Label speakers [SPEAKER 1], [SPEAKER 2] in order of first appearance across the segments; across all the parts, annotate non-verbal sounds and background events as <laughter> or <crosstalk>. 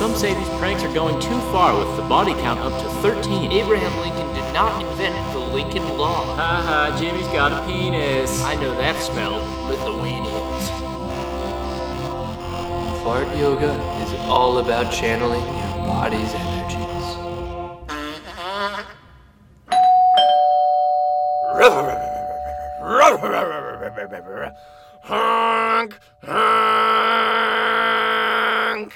[SPEAKER 1] Some say these pranks are going too far with the body count up to 13.
[SPEAKER 2] Abraham Lincoln did not invent the Lincoln Law.
[SPEAKER 1] Haha, Jimmy's got a penis.
[SPEAKER 2] I know that smell, Lithuanians. Fart yoga is all about channeling your body's energies.
[SPEAKER 3] Honk, honk.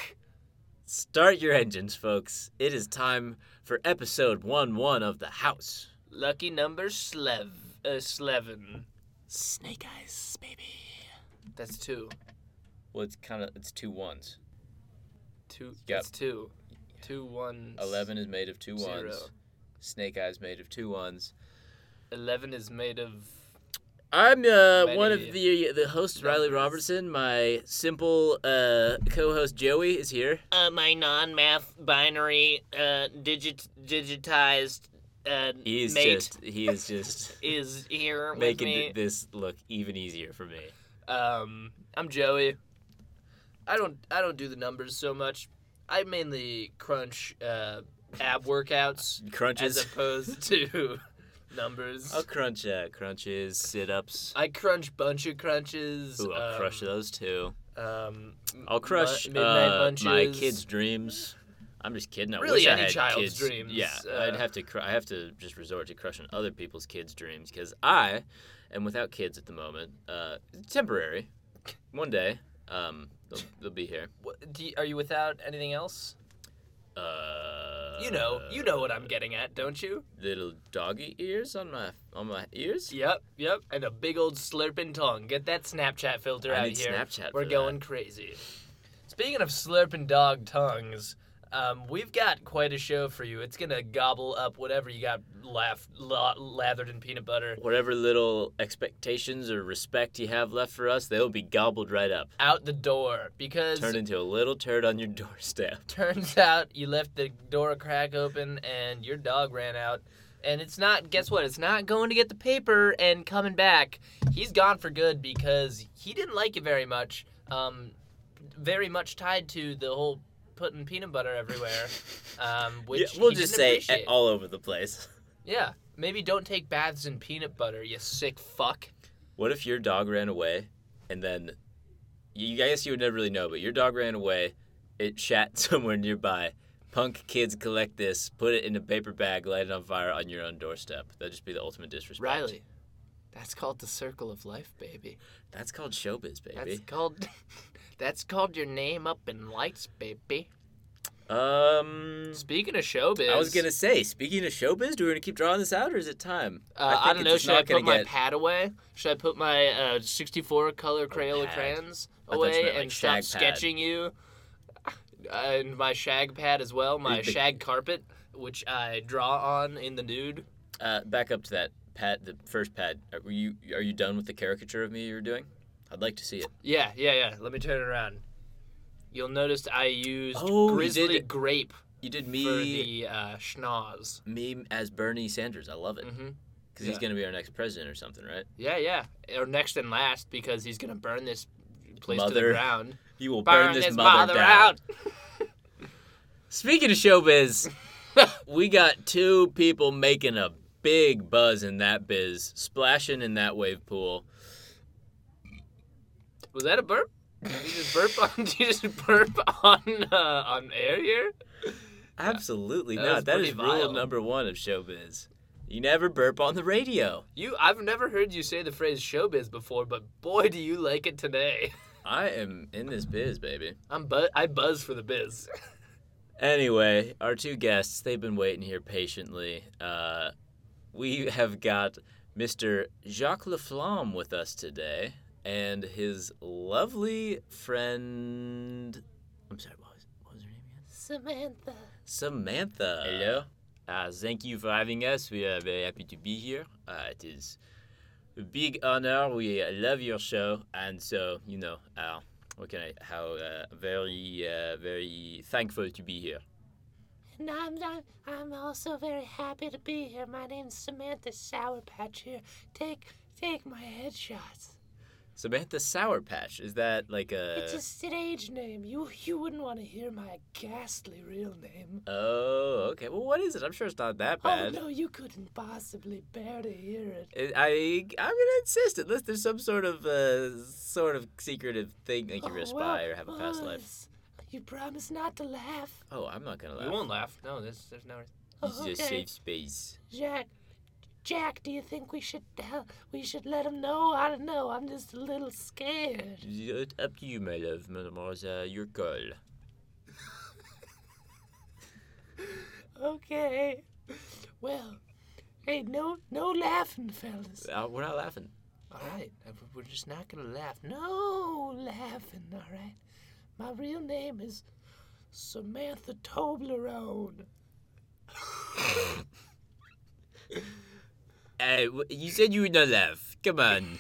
[SPEAKER 1] Start your engines, folks. It is time for episode 1 1 of The House.
[SPEAKER 2] Lucky number slev, uh, sleven.
[SPEAKER 1] Snake Eyes, baby.
[SPEAKER 2] That's two.
[SPEAKER 1] Well, it's kind of, it's two ones.
[SPEAKER 2] Two.
[SPEAKER 1] Yep.
[SPEAKER 2] That's two. Two ones.
[SPEAKER 1] 11 is made of two ones.
[SPEAKER 2] Zero.
[SPEAKER 1] Snake Eyes made of two ones.
[SPEAKER 2] Eleven is made of.
[SPEAKER 1] I'm uh, one of
[SPEAKER 2] Many
[SPEAKER 1] the the hosts, Riley Robertson. My simple uh, co-host Joey is here.
[SPEAKER 2] Uh, my non-math binary, uh, digit digitized, uh,
[SPEAKER 1] He's
[SPEAKER 2] mate
[SPEAKER 1] just he is just
[SPEAKER 2] is here <laughs> with
[SPEAKER 1] making
[SPEAKER 2] me.
[SPEAKER 1] th- this look even easier for me.
[SPEAKER 2] Um, I'm Joey. I don't I don't do the numbers so much. I mainly crunch uh, ab
[SPEAKER 1] <laughs>
[SPEAKER 2] workouts as
[SPEAKER 1] Crunches.
[SPEAKER 2] opposed to <laughs> numbers.
[SPEAKER 1] I'll crunch uh, crunches, sit-ups.
[SPEAKER 2] I crunch bunch of crunches.
[SPEAKER 1] Ooh, I'll
[SPEAKER 2] um,
[SPEAKER 1] crush those too.
[SPEAKER 2] Um,
[SPEAKER 1] I'll crush
[SPEAKER 2] mu-
[SPEAKER 1] uh, my
[SPEAKER 2] munches.
[SPEAKER 1] kids' dreams. I'm just kidding. I
[SPEAKER 2] Really
[SPEAKER 1] wish I
[SPEAKER 2] any
[SPEAKER 1] had
[SPEAKER 2] child's
[SPEAKER 1] kids.
[SPEAKER 2] dreams,
[SPEAKER 1] Yeah,
[SPEAKER 2] uh,
[SPEAKER 1] I'd have to. Cr- I have to just resort to crushing other people's kids' dreams because I am without kids at the moment. Uh, temporary. One day, um, they'll, they'll be here.
[SPEAKER 2] What, do you, are you without anything else?
[SPEAKER 1] Uh,
[SPEAKER 2] You know, you know what I'm getting at, don't you?
[SPEAKER 1] little doggy ears on my on my ears.
[SPEAKER 2] Yep, yep. And a big old slurping tongue. Get that Snapchat filter
[SPEAKER 1] I
[SPEAKER 2] out
[SPEAKER 1] need
[SPEAKER 2] here.
[SPEAKER 1] Snapchat
[SPEAKER 2] We're
[SPEAKER 1] for
[SPEAKER 2] going crazy. Speaking of slurping dog tongues, um, we've got quite a show for you. It's gonna gobble up whatever you got laugh, la- lathered in peanut butter.
[SPEAKER 1] Whatever little expectations or respect you have left for us, they'll be gobbled right up.
[SPEAKER 2] Out the door because
[SPEAKER 1] Turn into a little turd on your doorstep.
[SPEAKER 2] turns out you left the door a crack open and your dog ran out. And it's not, guess what? It's not going to get the paper and coming back. He's gone for good because he didn't like it very much. Um, very much tied to the whole putting peanut
[SPEAKER 1] <laughs>
[SPEAKER 2] butter everywhere. Um, which
[SPEAKER 1] Yeah, we'll
[SPEAKER 2] he
[SPEAKER 1] just
[SPEAKER 2] didn't
[SPEAKER 1] say uh,
[SPEAKER 2] appreciate.
[SPEAKER 1] all over the place.
[SPEAKER 2] Yeah. Maybe don't take baths in peanut butter, you sick fuck.
[SPEAKER 1] What if your dog ran away, and then, you, I guess you would never really know, but your dog ran away, it shat <laughs> somewhere nearby. Punk kids collect this, put it in a paper bag, light it on fire on your own doorstep. That'd just be the ultimate disrespect.
[SPEAKER 2] Riley, that's called the circle of life, baby.
[SPEAKER 1] That's called showbiz,
[SPEAKER 2] That's
[SPEAKER 1] baby.
[SPEAKER 2] called. <laughs> That's called your name up in lights, baby.
[SPEAKER 1] Um.
[SPEAKER 2] Speaking of showbiz,
[SPEAKER 1] I was gonna say, speaking of showbiz, do we gonna keep drawing this out, or is it time?
[SPEAKER 2] Uh, I,
[SPEAKER 1] think
[SPEAKER 2] don't
[SPEAKER 1] it's
[SPEAKER 2] know.
[SPEAKER 1] just
[SPEAKER 2] Should I
[SPEAKER 1] not
[SPEAKER 2] put
[SPEAKER 1] gonna
[SPEAKER 2] my
[SPEAKER 1] get-
[SPEAKER 2] pad away? Should I put my uh, 64 color Crayola
[SPEAKER 1] pad.
[SPEAKER 2] crayons
[SPEAKER 1] thought you
[SPEAKER 2] away
[SPEAKER 1] meant, like,
[SPEAKER 2] and stop
[SPEAKER 1] shag pad.
[SPEAKER 2] sketching you? Uh, and my shag pad as well, my
[SPEAKER 1] Big-
[SPEAKER 2] shag carpet, which I draw on in the nude.
[SPEAKER 1] Uh, back up to that pad, the first pad. Are you are you done with the caricature of me you were doing? I'd like to see it.
[SPEAKER 2] Yeah, yeah, yeah. Let me turn it around. You'll notice I used
[SPEAKER 1] Oh, you
[SPEAKER 2] grizzly
[SPEAKER 1] did-
[SPEAKER 2] grape
[SPEAKER 1] You did
[SPEAKER 2] for
[SPEAKER 1] me
[SPEAKER 2] the uh, schnoz.
[SPEAKER 1] me as Bernie Sanders. I love it because
[SPEAKER 2] hmm
[SPEAKER 1] he's
[SPEAKER 2] Yeah.
[SPEAKER 1] gonna be our next president or something, right?
[SPEAKER 2] Yeah, yeah. Or next and last because he's gonna burn this place to
[SPEAKER 1] Mother.
[SPEAKER 2] the ground.
[SPEAKER 1] You will
[SPEAKER 2] Burn,
[SPEAKER 1] burn, this,
[SPEAKER 2] his
[SPEAKER 1] mother,
[SPEAKER 2] mother
[SPEAKER 1] down.
[SPEAKER 2] out.
[SPEAKER 1] Speaking of showbiz,
[SPEAKER 2] <laughs>
[SPEAKER 1] we got two people making a big buzz in that biz, splashing in that wave pool.
[SPEAKER 2] Was that a burp? Did you just burp on? <laughs> Did you just burp on uh, on air here?
[SPEAKER 1] Absolutely
[SPEAKER 2] That
[SPEAKER 1] not.
[SPEAKER 2] was
[SPEAKER 1] That
[SPEAKER 2] pretty
[SPEAKER 1] is
[SPEAKER 2] vile.
[SPEAKER 1] rule number one of showbiz. You never burp on the radio.
[SPEAKER 2] You, I've never heard you say the phrase showbiz before, but boy, do you like it today.
[SPEAKER 1] I am in this biz, baby.
[SPEAKER 2] I'm bu- I buzz for the biz.
[SPEAKER 1] Anyway, our two guests, they've been waiting here patiently. Uh, we have got Mr. Jacques Laflamme with us today and his lovely friend. I'm sorry, what was, what was her name again?
[SPEAKER 2] Samantha.
[SPEAKER 1] Samantha. Hello. Uh, thank you for having us. We are very happy to be here. Uh, it is a big honor. We uh, love your show, and so you know, uh, what can I? How uh, very, uh, very thankful to be here.
[SPEAKER 4] And I'm, I'm, I'm also very happy to be here. My name's Samantha Sourpatch here. Take take my headshots.
[SPEAKER 1] Samantha Sour Patch. Is that like a?
[SPEAKER 2] Uh.
[SPEAKER 4] It's a stage name. You you wouldn't want to hear my ghastly real name.
[SPEAKER 1] Oh, okay. Well, what is it? I'm sure it's not that bad.
[SPEAKER 4] Oh no, you couldn't possibly bear to hear it.
[SPEAKER 1] It- I I'm gonna insist unless there's some sort of uh, sort of secretive thing like you're a
[SPEAKER 4] Oh, well,
[SPEAKER 1] spy or have a past
[SPEAKER 4] well,
[SPEAKER 1] life.
[SPEAKER 4] it's- You promise not to laugh.
[SPEAKER 1] Oh, I'm not gonna laugh.
[SPEAKER 2] You won't laugh. No, there's there's no.
[SPEAKER 1] This is a
[SPEAKER 4] Oh, Okay.
[SPEAKER 1] safe space.
[SPEAKER 4] Jack, Jack, do you think we should tell? We should let him know? I don't know. I'm just a little scared.
[SPEAKER 1] It's up to you, my love, mademoiselle. Your call.
[SPEAKER 4] Okay. Well, hey, no, no laughing, fellas.
[SPEAKER 1] Uh, we're not laughing.
[SPEAKER 2] All right, I- we're just not gonna laugh.
[SPEAKER 4] No laughing. All right. My real name is Samantha Toblerone.
[SPEAKER 1] Uh, w- you said you would not laugh. Come
[SPEAKER 2] <laughs>
[SPEAKER 1] on.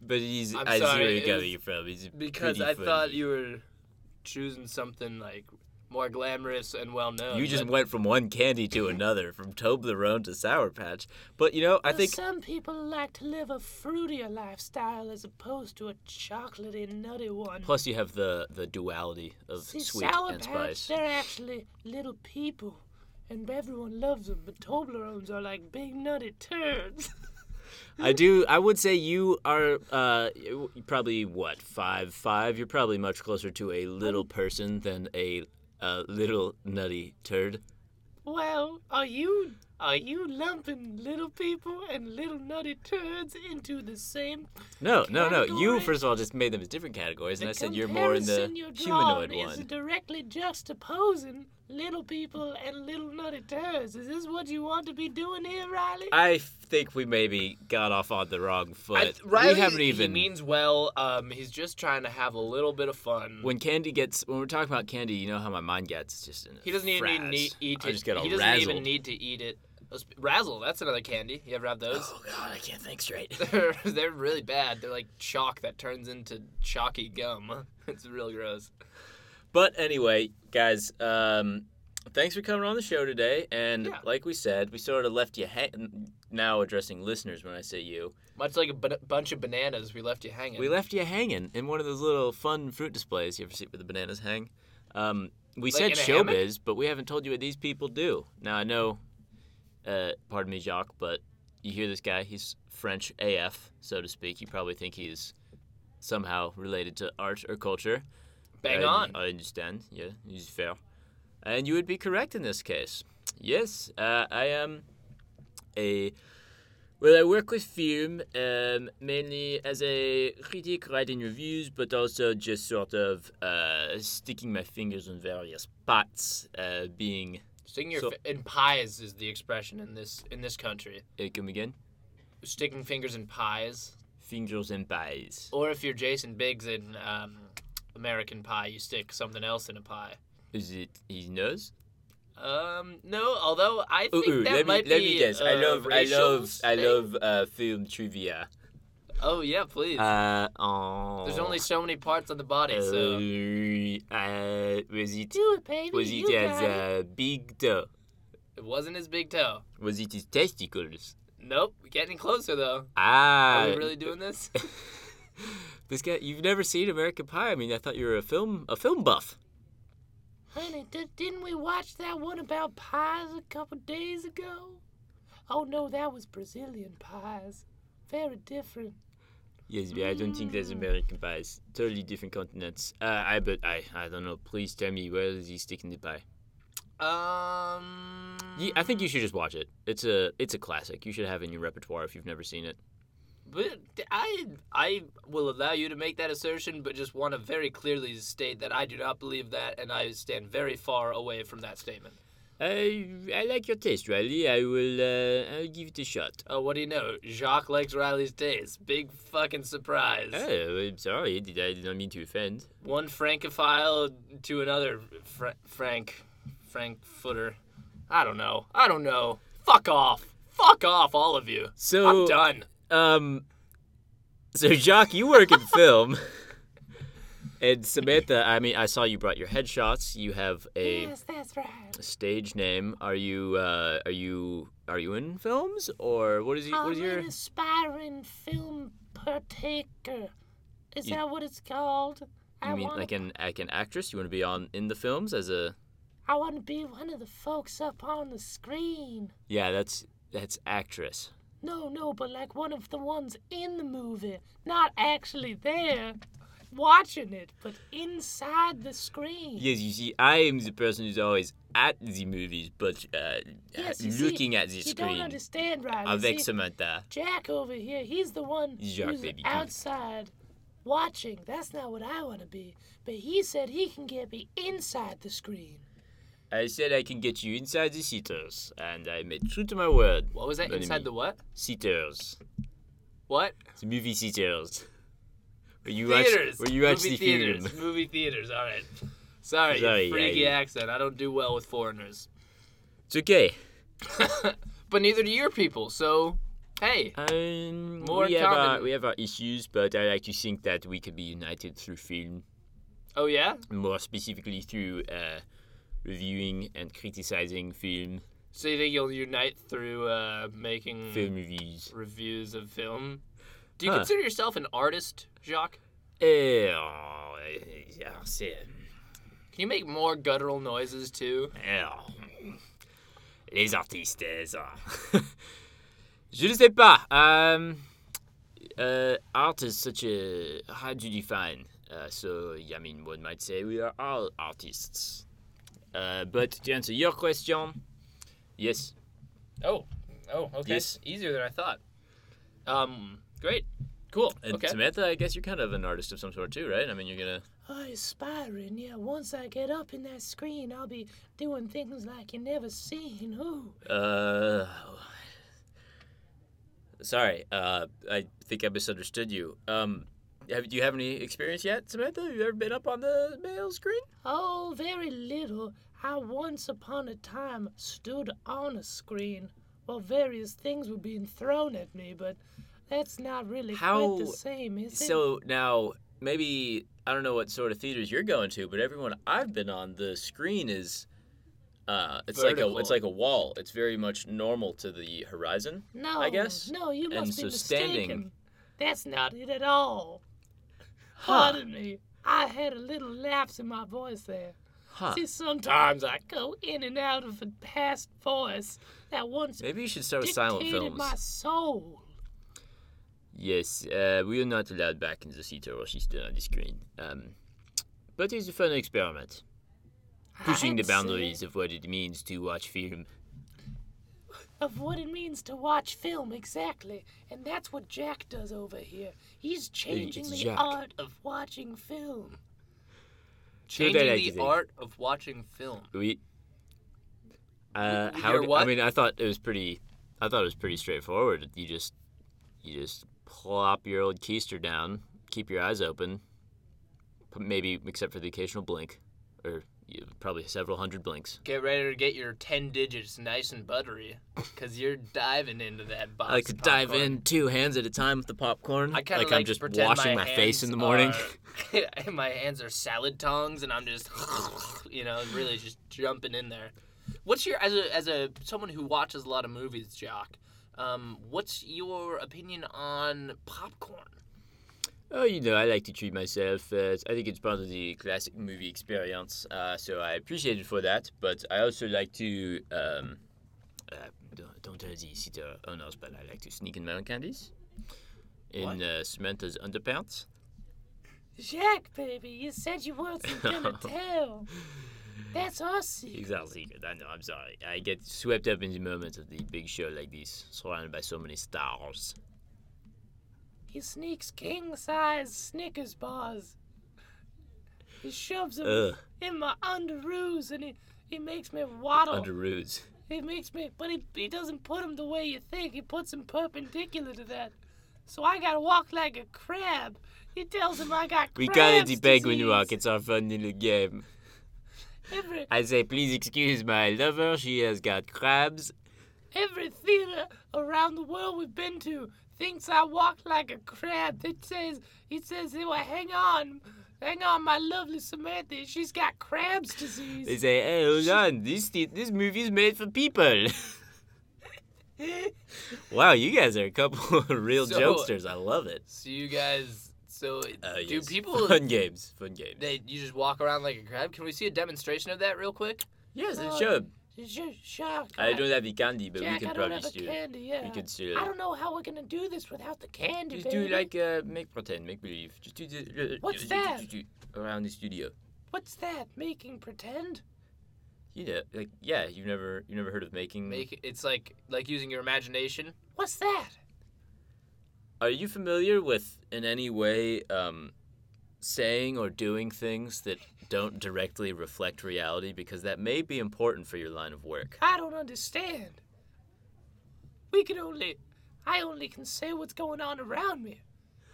[SPEAKER 1] but he's.
[SPEAKER 2] I'm
[SPEAKER 1] I see where
[SPEAKER 2] sorry,
[SPEAKER 1] you're
[SPEAKER 2] it was
[SPEAKER 1] coming from. It's
[SPEAKER 2] Because
[SPEAKER 1] pretty
[SPEAKER 2] I thought
[SPEAKER 1] funny.
[SPEAKER 2] you were choosing something like more glamorous and well known.
[SPEAKER 4] Oh,
[SPEAKER 1] You just went from one candy to another, from Toblerone to Sour Patch. But you know, I
[SPEAKER 4] Well,
[SPEAKER 1] think
[SPEAKER 4] some people like to live a fruitier lifestyle as opposed to a chocolatey, nutty one.
[SPEAKER 1] plus you have the the duality of
[SPEAKER 4] See,
[SPEAKER 1] sweet
[SPEAKER 4] Sour
[SPEAKER 1] and
[SPEAKER 4] Patch,
[SPEAKER 1] spice.
[SPEAKER 4] they're actually little people, and everyone loves them. But Toblerones are like big nutty turds. <laughs>
[SPEAKER 1] I do. I would say you are uh, you- probably what five five. You're probably much closer to a
[SPEAKER 4] Oh.
[SPEAKER 1] little person than a, a little nutty turd.
[SPEAKER 4] well, are you are you lumping little people and little nutty turds into the same?
[SPEAKER 1] No, no, no. You
[SPEAKER 4] Category?
[SPEAKER 1] first of all just made them as different categories, and I said you're more in the
[SPEAKER 4] comparison you're
[SPEAKER 1] humanoid
[SPEAKER 4] drawing Is
[SPEAKER 1] one.
[SPEAKER 4] directly juxtaposing little people and little nutty turds. Is this what you want to be doing here, Riley?
[SPEAKER 1] I f- think we maybe got off on the wrong foot.
[SPEAKER 2] I, Riley,
[SPEAKER 1] we haven't even.
[SPEAKER 2] He means well. Um, he's just trying to have a little bit of fun.
[SPEAKER 1] when candy gets when we're talking about candy, you know how my mind gets it's just in a
[SPEAKER 2] he doesn't even
[SPEAKER 1] fraz.
[SPEAKER 2] need, need eat
[SPEAKER 1] I
[SPEAKER 2] it.
[SPEAKER 1] just get all
[SPEAKER 2] he doesn't
[SPEAKER 1] razzled.
[SPEAKER 2] even need to eat it. Those- Razzle, that's another candy. You ever
[SPEAKER 1] <sighs>
[SPEAKER 2] have those? <laughs>
[SPEAKER 1] Oh god, I can't think straight.
[SPEAKER 2] They're, they're really bad. They're like chalk that turns into chalky gum. <laughs> It's real gross.
[SPEAKER 1] But anyway, guys, um, thanks for coming on the show today. And
[SPEAKER 2] Yeah.
[SPEAKER 1] like we said, we sort of left you hang- now addressing listeners when I say you.
[SPEAKER 2] Much like a b- bunch of bananas, we left you hanging.
[SPEAKER 1] We left you hanging in one of those little fun fruit displays. You ever see where the bananas hang? Um, we
[SPEAKER 2] Like
[SPEAKER 1] said
[SPEAKER 2] in a hammock?
[SPEAKER 1] showbiz, but we haven't told you what these people do. Now I know, uh, pardon me, Jacques, but you hear this guy? He's French AF, so to speak. You probably think he's somehow related to art or culture.
[SPEAKER 2] Bang
[SPEAKER 1] I-
[SPEAKER 2] on.
[SPEAKER 1] I understand. Yeah, it's fair. And you would be correct in this case. Yes, uh, I am a. Well, I work with film um, mainly as a critic writing reviews, but also just sort of uh, sticking my fingers on various pots, uh, being.
[SPEAKER 2] Sticking your
[SPEAKER 1] So-
[SPEAKER 2] fi- in pies is the expression in this in this country.
[SPEAKER 1] Uh, come again?
[SPEAKER 2] Sticking fingers in pies,
[SPEAKER 1] Fingers and pies.
[SPEAKER 2] or if you're Jason Biggs in um, American Pie, you stick something else in a pie.
[SPEAKER 1] Is it his nose?
[SPEAKER 2] Um, no. Although I think
[SPEAKER 1] Ooh,
[SPEAKER 2] that
[SPEAKER 1] let me
[SPEAKER 2] might
[SPEAKER 1] let
[SPEAKER 2] be.
[SPEAKER 1] me guess. I
[SPEAKER 2] a
[SPEAKER 1] love I
[SPEAKER 2] racial
[SPEAKER 1] love I
[SPEAKER 2] thing.
[SPEAKER 1] love uh, film trivia.
[SPEAKER 2] Oh yeah, please.
[SPEAKER 1] Uh, oh.
[SPEAKER 2] There's only so many parts of the body, so
[SPEAKER 1] Uh, uh, was it
[SPEAKER 4] Do it, baby.
[SPEAKER 1] was
[SPEAKER 4] you
[SPEAKER 1] it as
[SPEAKER 4] got it.
[SPEAKER 1] a big toe?
[SPEAKER 2] it wasn't his big toe.
[SPEAKER 1] Was it his testicles?
[SPEAKER 2] Nope. We're getting closer though.
[SPEAKER 1] Ah,
[SPEAKER 2] Are we really doing this?
[SPEAKER 1] this guy. You've never seen American Pie. I mean, I thought you were a film a film buff.
[SPEAKER 4] Honey, di- didn't we watch that one about pies a couple days ago? Oh no, that was Brazilian pies. Very different.
[SPEAKER 1] Yes, but I don't think there's
[SPEAKER 4] Mm.
[SPEAKER 1] American pies. Totally different continents. Uh, I but I I don't know. Please tell me where is he sticking the pie?
[SPEAKER 2] um.
[SPEAKER 1] Ye- I think you should just watch it. It's a it's a classic. You should have it in your repertoire if you've never seen it.
[SPEAKER 2] But I I will allow you to make that assertion, but just want to very clearly state that I do not believe that, and I stand very far away from that statement.
[SPEAKER 1] I I like your taste, Riley. I will uh, I'll give it a shot.
[SPEAKER 2] Oh, what do you know? Jacques likes Riley's taste. Big fucking surprise.
[SPEAKER 1] Oh, I'm sorry. Did I did not mean to offend?
[SPEAKER 2] One francophile to another Fra- Frank Frank footer. I don't know. I don't know. Fuck off. Fuck off, all of you.
[SPEAKER 1] So
[SPEAKER 2] I'm done.
[SPEAKER 4] <laughs>
[SPEAKER 1] Um, so Jacques, you work in film, And Samantha, I mean, I saw you brought your headshots. You have a
[SPEAKER 4] Yes, that's right.
[SPEAKER 1] stage name. Are you uh, are you are you in films or what is you,
[SPEAKER 4] I'm
[SPEAKER 1] what is your
[SPEAKER 4] an aspiring film partaker. Is
[SPEAKER 1] You-
[SPEAKER 4] that what it's called? I
[SPEAKER 1] you mean
[SPEAKER 4] wanna,
[SPEAKER 1] like an like an actress? You want to be on in the films as a
[SPEAKER 4] I want to be one of the folks up on the screen.
[SPEAKER 1] yeah? That's that's actress.
[SPEAKER 4] No, no, but like one of the ones in the movie, not actually there, watching it, but inside the screen.
[SPEAKER 1] Yes, you see, I am the person who's always at the movies, but uh,
[SPEAKER 4] Yes, you see,
[SPEAKER 1] looking at the
[SPEAKER 4] you don't
[SPEAKER 1] screen.
[SPEAKER 4] understand, right?
[SPEAKER 1] Avec Samantha.
[SPEAKER 4] Jack over here, he's the one
[SPEAKER 1] Jacques,
[SPEAKER 4] who's
[SPEAKER 1] baby, come.
[SPEAKER 4] outside watching. That's not what I want to be. But he said he can get me inside the screen.
[SPEAKER 1] I said I can get you inside the seaters, and I made true to my word.
[SPEAKER 2] What was that?
[SPEAKER 1] What do you
[SPEAKER 2] Inside
[SPEAKER 1] mean?
[SPEAKER 2] the what?
[SPEAKER 1] Seaters.
[SPEAKER 2] What?
[SPEAKER 1] The movie seaters. Where you
[SPEAKER 2] theaters.
[SPEAKER 1] watch, where you watch
[SPEAKER 2] movie
[SPEAKER 1] the film.
[SPEAKER 2] theaters. Movie theaters.
[SPEAKER 1] <laughs>
[SPEAKER 2] All right. Sorry,
[SPEAKER 1] Sorry,
[SPEAKER 2] freaky
[SPEAKER 1] yeah, you-
[SPEAKER 2] accent. I don't do well with foreigners.
[SPEAKER 1] It's okay.
[SPEAKER 2] But neither do your people. So, hey,
[SPEAKER 1] Um,
[SPEAKER 2] More
[SPEAKER 1] we, have our,
[SPEAKER 2] common.
[SPEAKER 1] we have our issues, but I like to think that we can be united through film,
[SPEAKER 2] oh yeah.
[SPEAKER 1] more specifically through uh, reviewing and criticizing film,
[SPEAKER 2] So you think you'll unite through uh, making
[SPEAKER 1] film reviews.
[SPEAKER 2] reviews of film? Do you
[SPEAKER 1] Huh.
[SPEAKER 2] consider yourself an artist, Jacques?
[SPEAKER 1] Eh, oh, eh, yeah, c'est-
[SPEAKER 2] Can you make more guttural noises too?
[SPEAKER 1] eh, oh. Les artistes. eh, ça. <laughs> Je ne sais pas. Um, uh, art is such a hard to define. Uh, so, I mean, one might say we are all artists. Uh, but to answer your question, yes,
[SPEAKER 2] Oh, oh, okay.
[SPEAKER 1] Yes.
[SPEAKER 2] Easier than I thought. Um, great, cool.
[SPEAKER 1] Oh, And
[SPEAKER 2] okay.
[SPEAKER 1] Samantha, I guess you're kind of an artist of some sort too, right? I mean, you're gonna.
[SPEAKER 4] Oh, aspiring, yeah. Once I get up in that screen, I'll be doing things like you never seen. Ooh.
[SPEAKER 1] Uh, sorry, uh, I think I misunderstood you. Um, have, do you have any experience yet, Samantha? Have you ever been up on the male screen?
[SPEAKER 4] Oh, very little. I once upon a time stood on a screen while various things were being thrown at me, but that's not really
[SPEAKER 1] How-
[SPEAKER 4] quite the same, is it?
[SPEAKER 1] So now maybe I don't know what sort of theaters you're going to, but everyone I've been on, the screen is. Uh, it's like a
[SPEAKER 2] Vertical.
[SPEAKER 1] it's like a wall. It's very much normal to the horizon.
[SPEAKER 4] no,
[SPEAKER 1] I guess.
[SPEAKER 4] No, you must
[SPEAKER 1] and
[SPEAKER 4] be
[SPEAKER 1] so
[SPEAKER 4] mistaken.
[SPEAKER 1] standing-
[SPEAKER 4] That's not it at all. Pardon me. I had a little lapse in my voice there.
[SPEAKER 1] Huh.
[SPEAKER 4] See, sometimes I go in and out of a past voice that once
[SPEAKER 1] Maybe you should start with silent
[SPEAKER 4] dictated
[SPEAKER 1] films.
[SPEAKER 4] my soul.
[SPEAKER 1] Yes, uh, we are not allowed back in the theater or she's still on the screen. Um, but it's a fun experiment, pushing
[SPEAKER 4] I'd
[SPEAKER 1] the
[SPEAKER 4] say
[SPEAKER 1] boundaries of what it means to watch film.
[SPEAKER 4] of what it means to watch film exactly and that's what jack does over here he's changing the
[SPEAKER 1] Jack.
[SPEAKER 4] art of watching film
[SPEAKER 1] Should I like
[SPEAKER 2] Changing
[SPEAKER 1] to
[SPEAKER 2] the
[SPEAKER 1] think?
[SPEAKER 2] art of watching film.
[SPEAKER 1] We. Uh,
[SPEAKER 2] Y-
[SPEAKER 1] how?
[SPEAKER 2] you're
[SPEAKER 1] d- I
[SPEAKER 2] what?
[SPEAKER 1] mean, I thought it was pretty. I thought it was pretty straightforward. You just, you just plop your old keister down, keep your eyes open, p- maybe except for the occasional blink, or you, probably several hundred blinks.
[SPEAKER 2] Get ready to get your ten digits nice and buttery, cause you're diving into that box.
[SPEAKER 1] I like to
[SPEAKER 2] of
[SPEAKER 1] dive
[SPEAKER 2] popcorn.
[SPEAKER 1] in two hands at a time with the popcorn.
[SPEAKER 2] I kind of
[SPEAKER 1] like,
[SPEAKER 2] like,
[SPEAKER 1] I'm
[SPEAKER 2] to
[SPEAKER 1] just
[SPEAKER 2] pretend
[SPEAKER 1] washing my, face
[SPEAKER 2] hands
[SPEAKER 1] in the
[SPEAKER 2] <laughs>
[SPEAKER 1] morning.
[SPEAKER 2] Are, my hands are salad tongs, and I'm just, <laughs> you know, really just jumping in there. What's your as a as a someone who watches a lot of movies, Jock? Um, what's your opinion on popcorn?
[SPEAKER 1] Oh, you know, I like to treat myself. Uh, I think it's part of the classic movie experience, uh, so I appreciate it for that. But I also like to. Um, uh, don't, don't tell the theater owners, but I like to sneak in melon candies. In
[SPEAKER 2] What?
[SPEAKER 1] uh, Samantha's underpants.
[SPEAKER 4] jack baby you said
[SPEAKER 1] <laughs>
[SPEAKER 4] you wasn't gonna tell that's awesome
[SPEAKER 1] It's our secret, I know, I'm sorry. I get swept up in the moments of the big show like this, surrounded by so many stars.
[SPEAKER 4] he sneaks king-size snickers bars he shoves them
[SPEAKER 1] <laughs> Ugh,
[SPEAKER 4] in my underoos and he, he makes me waddle
[SPEAKER 1] under roots.
[SPEAKER 4] he makes me but he, he doesn't put them the way you think he puts them perpendicular to that so i gotta walk like a crab he tells him i got
[SPEAKER 1] We call it
[SPEAKER 4] Krabs
[SPEAKER 1] the penguin
[SPEAKER 4] disease.
[SPEAKER 1] walk, it's our fun little game.
[SPEAKER 4] Every
[SPEAKER 1] I say, please excuse my lover, she has got crabs.
[SPEAKER 4] every theater around the world we've been to, thinks I walk like a crab. That says he says, "Well, hang on, hang on, my lovely Samantha, she's got crab's disease."
[SPEAKER 1] They say, hey, hold on, this, thi- this movie's made for people. <laughs> wow, you guys are a couple <laughs> of real
[SPEAKER 2] So-
[SPEAKER 1] jokesters. I love it.
[SPEAKER 2] So you guys, so
[SPEAKER 1] Uh,
[SPEAKER 2] do
[SPEAKER 1] yes.
[SPEAKER 2] people?
[SPEAKER 1] <laughs> Fun games, fun games.
[SPEAKER 2] they you just walk around like a crab? Can we see a demonstration of that real quick?
[SPEAKER 1] Yes, it
[SPEAKER 4] Uh,
[SPEAKER 1] should.
[SPEAKER 4] Sh- shock.
[SPEAKER 1] I don't have the candy, but we
[SPEAKER 4] Jack,
[SPEAKER 1] can
[SPEAKER 4] I don't
[SPEAKER 1] probably
[SPEAKER 4] have a
[SPEAKER 1] steal it.
[SPEAKER 4] candy. Yeah.
[SPEAKER 1] We can steal
[SPEAKER 4] I
[SPEAKER 1] it.
[SPEAKER 4] don't know how we're gonna do this without the candy,
[SPEAKER 1] Just do
[SPEAKER 4] baby.
[SPEAKER 1] like uh, make pretend, make believe. Just do the,
[SPEAKER 4] What's that?
[SPEAKER 1] around the studio.
[SPEAKER 4] What's that? Making pretend?
[SPEAKER 1] You know, like yeah, you've never you never heard of making.
[SPEAKER 2] Make it's like like using your imagination.
[SPEAKER 4] What's that?
[SPEAKER 1] Are you familiar with in any way um, saying or doing things that don't directly reflect reality? Because that may be important for your line of work.
[SPEAKER 4] I don't understand. We can only. I only can say what's going on around me.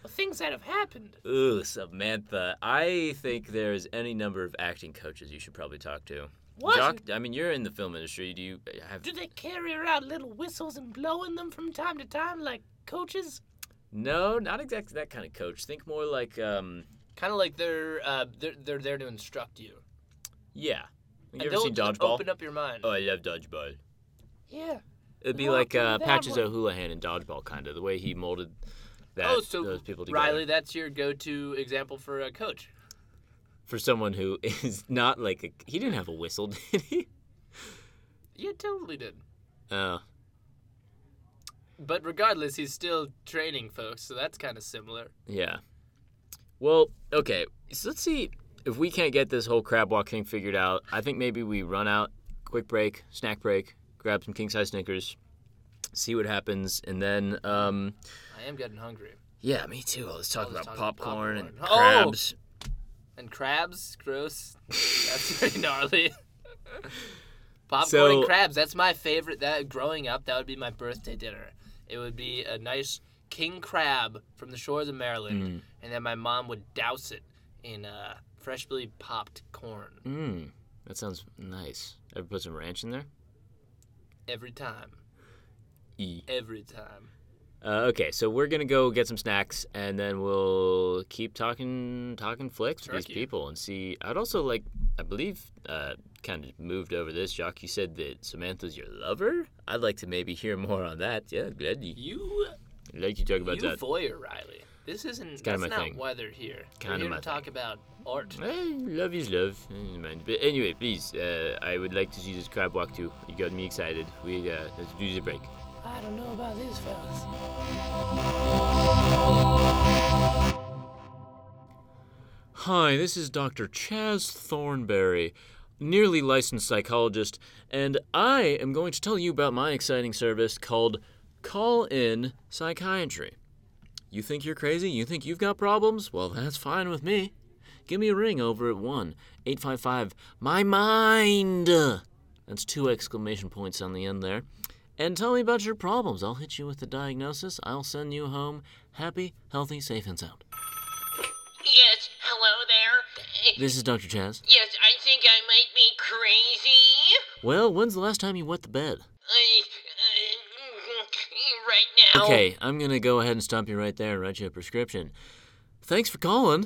[SPEAKER 4] The things that have happened.
[SPEAKER 1] Ooh, Samantha, I think there's any number of acting coaches you should probably talk to.
[SPEAKER 4] What?
[SPEAKER 1] Jock- I mean, you're in the film industry. Do you have?
[SPEAKER 4] Do they carry around little whistles and blow in them from time to time like coaches?
[SPEAKER 1] No, not exactly that kind of coach. Think more like um,
[SPEAKER 2] Kind of like they're uh they're they're there to instruct you.
[SPEAKER 1] yeah. You ever
[SPEAKER 2] They'll
[SPEAKER 1] seen
[SPEAKER 2] just
[SPEAKER 1] dodgeball?
[SPEAKER 2] Open up your mind.
[SPEAKER 1] Oh, I love dodgeball.
[SPEAKER 4] Yeah.
[SPEAKER 1] It'd be
[SPEAKER 4] Well,
[SPEAKER 1] like
[SPEAKER 4] okay,
[SPEAKER 1] uh,
[SPEAKER 4] that
[SPEAKER 1] Patches
[SPEAKER 4] one-
[SPEAKER 1] O'Houlihan in dodgeball, kind of the way he molded that
[SPEAKER 2] Oh, so
[SPEAKER 1] those people together.
[SPEAKER 2] Riley, that's your go-to example for a coach.
[SPEAKER 1] for someone who <laughs> is not like a, he didn't have a whistle, <laughs> did he?
[SPEAKER 2] You totally did.
[SPEAKER 1] Oh,
[SPEAKER 2] But regardless, he's still training folks, so that's kind of similar.
[SPEAKER 1] yeah. Well, okay. So let's see if we can't get this whole crab walk thing figured out. I think maybe we run out, quick break, snack break, grab some king size Snickers, see what happens, and then um,
[SPEAKER 2] I am getting hungry.
[SPEAKER 1] yeah, me too. Let's talk
[SPEAKER 2] Oh,
[SPEAKER 1] about
[SPEAKER 2] let's talk about
[SPEAKER 1] popcorn, and
[SPEAKER 2] popcorn. Oh!
[SPEAKER 1] crabs.
[SPEAKER 2] And crabs,
[SPEAKER 1] <laughs>
[SPEAKER 2] gross. That's pretty gnarly. Popcorn
[SPEAKER 1] So-
[SPEAKER 2] and crabs. That's my favorite. That growing up, that would be my birthday dinner. It would be a nice king crab from the shores of Maryland,
[SPEAKER 1] Mm.
[SPEAKER 2] and then my mom would douse it in uh, freshly popped corn
[SPEAKER 1] Mmm, that sounds nice. Ever put some ranch in there?
[SPEAKER 2] every time.
[SPEAKER 1] E.
[SPEAKER 2] Every time.
[SPEAKER 1] Uh, okay, so we're gonna go get some snacks, and then we'll keep talking, talking flicks with
[SPEAKER 2] Turkey.
[SPEAKER 1] these people, and see. I'd also like, I believe, uh, kind of moved over this. Jock, you said that Samantha's your lover. I'd like to maybe hear more on that. Yeah, gladly.
[SPEAKER 2] You,
[SPEAKER 1] I'd like to talk about
[SPEAKER 2] you
[SPEAKER 1] that.
[SPEAKER 2] voyeur, Riley. This isn't.
[SPEAKER 1] kinda
[SPEAKER 2] That's
[SPEAKER 1] my
[SPEAKER 2] not
[SPEAKER 1] thing.
[SPEAKER 2] why they're here.
[SPEAKER 1] Kinda
[SPEAKER 2] we're here
[SPEAKER 1] my
[SPEAKER 2] to talk about art.
[SPEAKER 1] Eh, love is love. I don't mind. But anyway, please, uh, I would like to see this crab walk too. You got me excited. We uh, let's do the break.
[SPEAKER 4] I don't know about these fellas.
[SPEAKER 1] Hi, this is Dr. Chaz Thornberry, nearly licensed psychologist, and I am going to tell you about my exciting service called Call In Psychiatry. You think you're crazy? You think you've got problems? Well, that's fine with me. Give me a ring over at 1 855 My Mind! That's two exclamation points on the end there. And tell me about your problems. I'll hit you with the diagnosis. I'll send you home happy, healthy, safe, and sound.
[SPEAKER 5] Yes, hello there. Uh,
[SPEAKER 1] This is Dr. Chaz.
[SPEAKER 5] Yes, I think I might be crazy.
[SPEAKER 1] Well, when's the last time you wet the bed?
[SPEAKER 5] I, uh, right now.
[SPEAKER 1] Okay, I'm gonna go ahead and stop you right there and write you a prescription. Thanks for calling.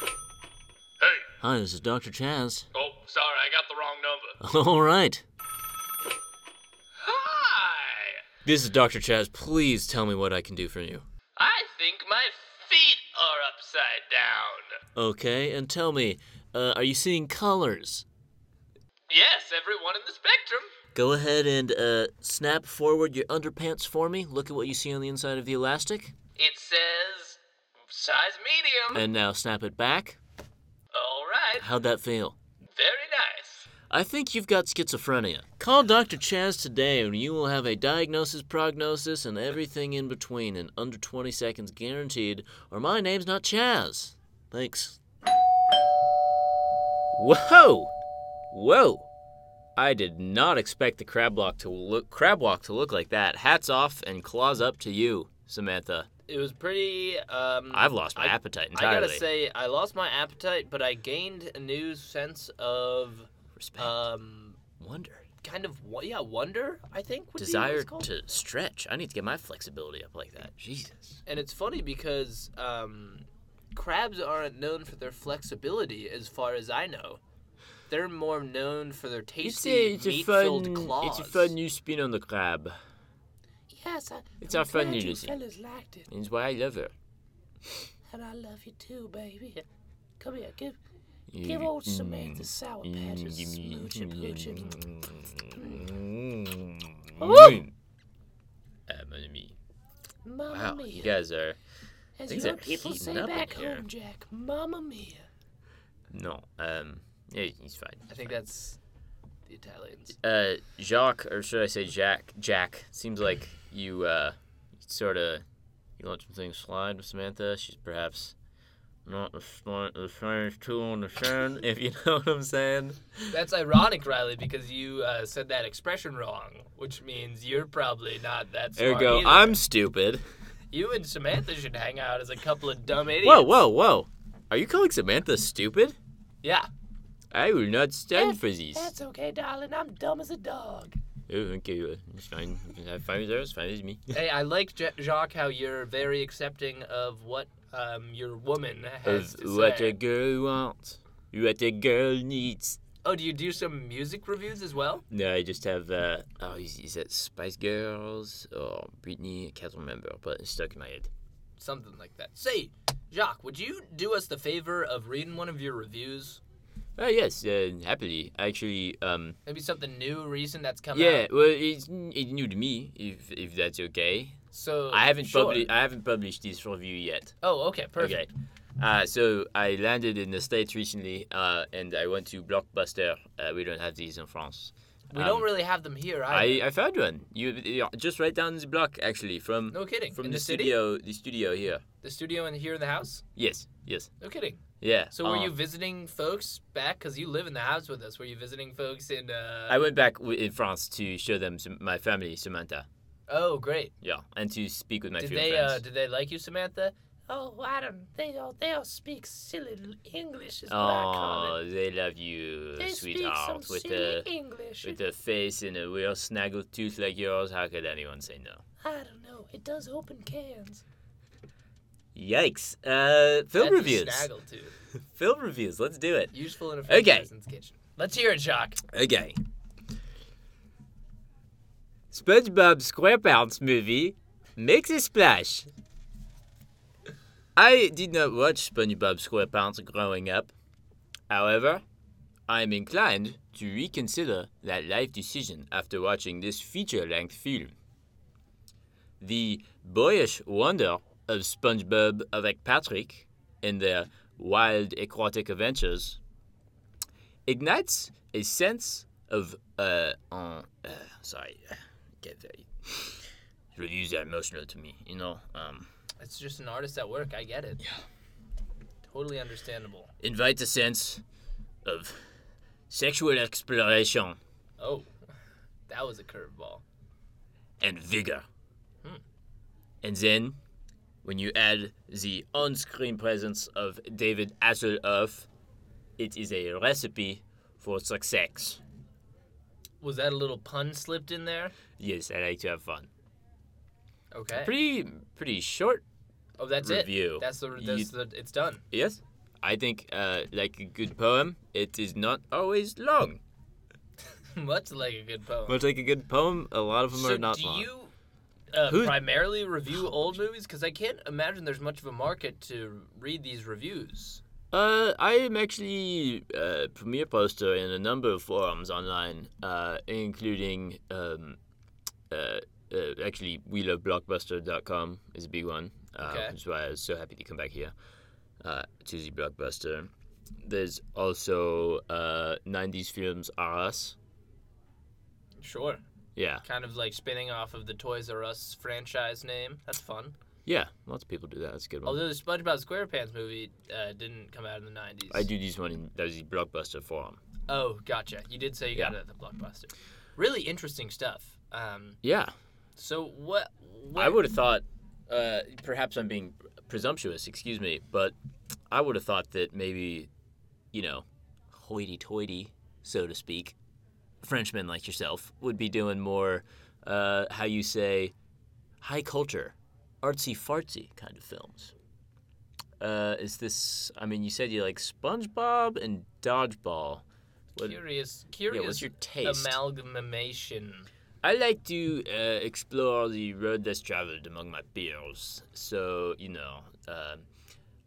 [SPEAKER 6] Hey,
[SPEAKER 1] Hi, this is Dr. Chaz.
[SPEAKER 6] oh, sorry, I got the wrong
[SPEAKER 1] <laughs>
[SPEAKER 6] number.
[SPEAKER 1] All right.
[SPEAKER 6] Hi!
[SPEAKER 1] This is Dr. Chaz. Please tell me what I can do for you.
[SPEAKER 6] I think my feet are upside down.
[SPEAKER 1] Okay, and tell me, uh, are you seeing colors?
[SPEAKER 6] Yes, everyone in the spectrum.
[SPEAKER 1] Go ahead and uh, snap forward your underpants for me. Look at what you see on the inside of the elastic.
[SPEAKER 6] It says size medium.
[SPEAKER 1] And now snap it back.
[SPEAKER 6] All right,
[SPEAKER 1] How'd that feel?
[SPEAKER 6] very nice.
[SPEAKER 1] I think you've got schizophrenia. Call Dr. Chaz today and you will have a diagnosis, prognosis, and everything in between in under 20 seconds guaranteed, or my name's not Chaz. Thanks. Whoa! Whoa! I did not expect the crab walk to look crab walk to look like that. Hats off and claws up to you, Samantha.
[SPEAKER 2] It was pretty. Um,
[SPEAKER 1] I've lost my
[SPEAKER 2] I-
[SPEAKER 1] appetite entirely.
[SPEAKER 2] I gotta say, I lost my appetite, but I gained a new sense of
[SPEAKER 6] uh,
[SPEAKER 1] respect,
[SPEAKER 2] um,
[SPEAKER 1] wonder,
[SPEAKER 2] kind of wo- yeah wonder I think would be what
[SPEAKER 1] Desire
[SPEAKER 2] it's called.
[SPEAKER 1] to stretch. I need to get my flexibility up like that. Jesus.
[SPEAKER 2] And it's funny because um, crabs aren't known for their flexibility, as far as I know. They're more known for their
[SPEAKER 7] It's
[SPEAKER 2] tasty,
[SPEAKER 7] a, it's a
[SPEAKER 2] meat-filled
[SPEAKER 7] fun,
[SPEAKER 2] claws.
[SPEAKER 7] it's a fun new spin on the crab.
[SPEAKER 4] Yes, I,
[SPEAKER 7] It's
[SPEAKER 4] I'm
[SPEAKER 7] our fun
[SPEAKER 4] glad
[SPEAKER 7] new
[SPEAKER 4] you
[SPEAKER 7] Lucy.
[SPEAKER 4] fellas liked it,
[SPEAKER 7] It's why I love her.
[SPEAKER 4] and I love you too, baby. Come here, give
[SPEAKER 7] You-
[SPEAKER 4] give old
[SPEAKER 7] mm,
[SPEAKER 4] Samantha sour patch a
[SPEAKER 7] mm, mm,
[SPEAKER 4] smoochie poochie.
[SPEAKER 7] mm,
[SPEAKER 4] Woo!
[SPEAKER 1] Uh, me.
[SPEAKER 4] Mamma
[SPEAKER 1] Wow, you
[SPEAKER 4] mia.
[SPEAKER 1] guys are.
[SPEAKER 4] As
[SPEAKER 1] things
[SPEAKER 4] your
[SPEAKER 1] are
[SPEAKER 4] people
[SPEAKER 1] heating
[SPEAKER 4] say
[SPEAKER 1] up in
[SPEAKER 4] back
[SPEAKER 1] here.
[SPEAKER 4] home, Jack, mamma mia.
[SPEAKER 1] No. Um. Yeah, he's fine.
[SPEAKER 2] I think that's the Italians.
[SPEAKER 1] Uh, Jacques, or should I say Jack? Jack. Seems like you uh, sort of you let some things slide with Samantha. She's perhaps not the smart, the smartest tool in the shed, if you <laughs> know what I'm saying.
[SPEAKER 2] That's ironic, Riley, because you uh, said that expression wrong, which means you're probably not that smart.
[SPEAKER 1] Ergo,
[SPEAKER 2] either.
[SPEAKER 1] I'm stupid.
[SPEAKER 2] You and Samantha should hang out as a couple of dumb idiots.
[SPEAKER 1] Whoa, whoa, whoa! Are you calling Samantha stupid?
[SPEAKER 2] Yeah.
[SPEAKER 1] I will not stand for this.
[SPEAKER 4] That's okay, darling. I'm dumb as a dog.
[SPEAKER 1] Oh, okay, well, it's fine. If I'm there, it's fine with me.
[SPEAKER 2] Hey, I like Ja Jacques how you're very accepting of what um, your woman has to
[SPEAKER 1] what
[SPEAKER 2] say.
[SPEAKER 1] a girl wants, what a girl needs.
[SPEAKER 2] Oh, do you do some music reviews as well?
[SPEAKER 1] No, I just have uh oh is, is that Spice Girls or Britney? I can't remember, but it's stuck in my head.
[SPEAKER 2] Something like that. Say, Jacques, would you do us the favor of reading one of your reviews?
[SPEAKER 1] Oh yes, uh, happily. Actually, um
[SPEAKER 2] Maybe something new, recent that's come
[SPEAKER 1] yeah,
[SPEAKER 2] out.
[SPEAKER 1] well it's it's new to me, if if that's okay.
[SPEAKER 2] So
[SPEAKER 1] I haven't
[SPEAKER 2] sure.
[SPEAKER 1] published I haven't published this review yet.
[SPEAKER 2] Oh, okay, perfect.
[SPEAKER 1] Okay. Uh, so I landed in the States recently, uh, and I went to Blockbuster. Uh, we don't have these in France.
[SPEAKER 2] We
[SPEAKER 1] Um,
[SPEAKER 2] don't really have them here.
[SPEAKER 1] I,
[SPEAKER 2] Either.
[SPEAKER 1] I found one. You, you just right down this block actually from
[SPEAKER 2] no kidding.
[SPEAKER 1] from
[SPEAKER 2] in
[SPEAKER 1] the,
[SPEAKER 2] the, city,
[SPEAKER 1] studio the studio here.
[SPEAKER 2] the studio, and here in the house.
[SPEAKER 1] Yes, yes.
[SPEAKER 2] No kidding.
[SPEAKER 1] Yeah.
[SPEAKER 2] So were
[SPEAKER 1] uh,
[SPEAKER 2] you visiting folks back? Cause you live in the house with us. Were you visiting folks in? Uh...
[SPEAKER 1] I went back w- in France to show them some, my family, Samantha.
[SPEAKER 2] Oh, great.
[SPEAKER 1] Yeah, and to speak with my
[SPEAKER 2] Did
[SPEAKER 1] few
[SPEAKER 2] they? Uh,
[SPEAKER 1] friends.
[SPEAKER 2] did they like you, Samantha?
[SPEAKER 4] Oh, I don't. They all they all speak silly l- English, is what I call it.
[SPEAKER 1] oh, they love you,
[SPEAKER 4] They speak some
[SPEAKER 1] sweetheart. With
[SPEAKER 4] silly
[SPEAKER 1] a
[SPEAKER 4] English.
[SPEAKER 1] with a face and a real snaggled tooth like yours, how could anyone say no?
[SPEAKER 4] I don't know. It does open cans.
[SPEAKER 1] Yikes! Uh, film
[SPEAKER 2] That's a
[SPEAKER 1] reviews.
[SPEAKER 2] Snaggle too.
[SPEAKER 1] Film reviews. Let's do it.
[SPEAKER 2] Useful in a
[SPEAKER 1] Okay.
[SPEAKER 2] person's kitchen. Let's hear it, Jacques.
[SPEAKER 1] Okay. SpongeBob SquarePants movie makes a splash. I did not watch SpongeBob SquarePants growing up. However, I'm inclined to reconsider that life decision after watching this feature length film. The boyish wonder of SpongeBob avec Patrick in their wild aquatic adventures ignites a sense of uh, uh, uh sorry, get very really use that emotional to me, you know. Um,
[SPEAKER 2] It's just an artist at work. I get it. Yeah. Totally understandable.
[SPEAKER 1] invite a sense of sexual exploration
[SPEAKER 2] Oh, that was a curveball.
[SPEAKER 1] and vigor, Hmm. and then when you add the on-screen presence of David Hasselhoff, it is a recipe for success.
[SPEAKER 2] Was that a little pun slipped in there?
[SPEAKER 1] Yes, I like to have fun.
[SPEAKER 2] Okay.
[SPEAKER 1] Pretty, pretty short
[SPEAKER 2] oh, that's
[SPEAKER 1] review.
[SPEAKER 2] it. That's the.
[SPEAKER 1] You-
[SPEAKER 2] That's the. It's done. <laughs>
[SPEAKER 1] Yes, I think uh, like a good poem, it is not always long.
[SPEAKER 2] Much like a good poem.
[SPEAKER 1] Much like a good poem, a lot of them
[SPEAKER 2] so
[SPEAKER 1] are not
[SPEAKER 2] do
[SPEAKER 1] long.
[SPEAKER 2] you uh,
[SPEAKER 1] Who-
[SPEAKER 2] primarily review old movies? Because I can't imagine there's much of a market to read these reviews.
[SPEAKER 1] Uh, I am actually a premiere poster in a number of forums online, uh, including um, uh, uh, actually we love blockbuster.com is a big one. Uh,
[SPEAKER 2] Okay.
[SPEAKER 1] Which is why I was so happy to come back here uh, to the blockbuster. There's also uh, 90s films R Us.
[SPEAKER 2] Sure.
[SPEAKER 1] Yeah,
[SPEAKER 2] Kind of like spinning off of the Toys R Us franchise name. That's fun.
[SPEAKER 1] yeah, lots of people do that. That's a good one.
[SPEAKER 2] Although the SpongeBob SquarePants movie uh, didn't come out in the 90s.
[SPEAKER 1] I do this one in there's the blockbuster forum.
[SPEAKER 2] Oh, gotcha. You did say you got
[SPEAKER 1] Yeah.
[SPEAKER 2] it at the Blockbuster. Really interesting stuff. Um,
[SPEAKER 1] Yeah,
[SPEAKER 2] so what? what
[SPEAKER 1] I would have thought. Uh, perhaps I'm being presumptuous. Excuse me, but I would have thought that maybe, you know, hoity-toity, so to speak, Frenchmen like yourself would be doing more, uh, how you say, high culture, artsy fartsy kind of films. Uh, is this? I mean, you said you like SpongeBob and Dodgeball. What,
[SPEAKER 2] Curious, curious
[SPEAKER 1] your taste?
[SPEAKER 2] amalgamation.
[SPEAKER 1] I like to uh, explore the road less traveled among my peers. So, you know, um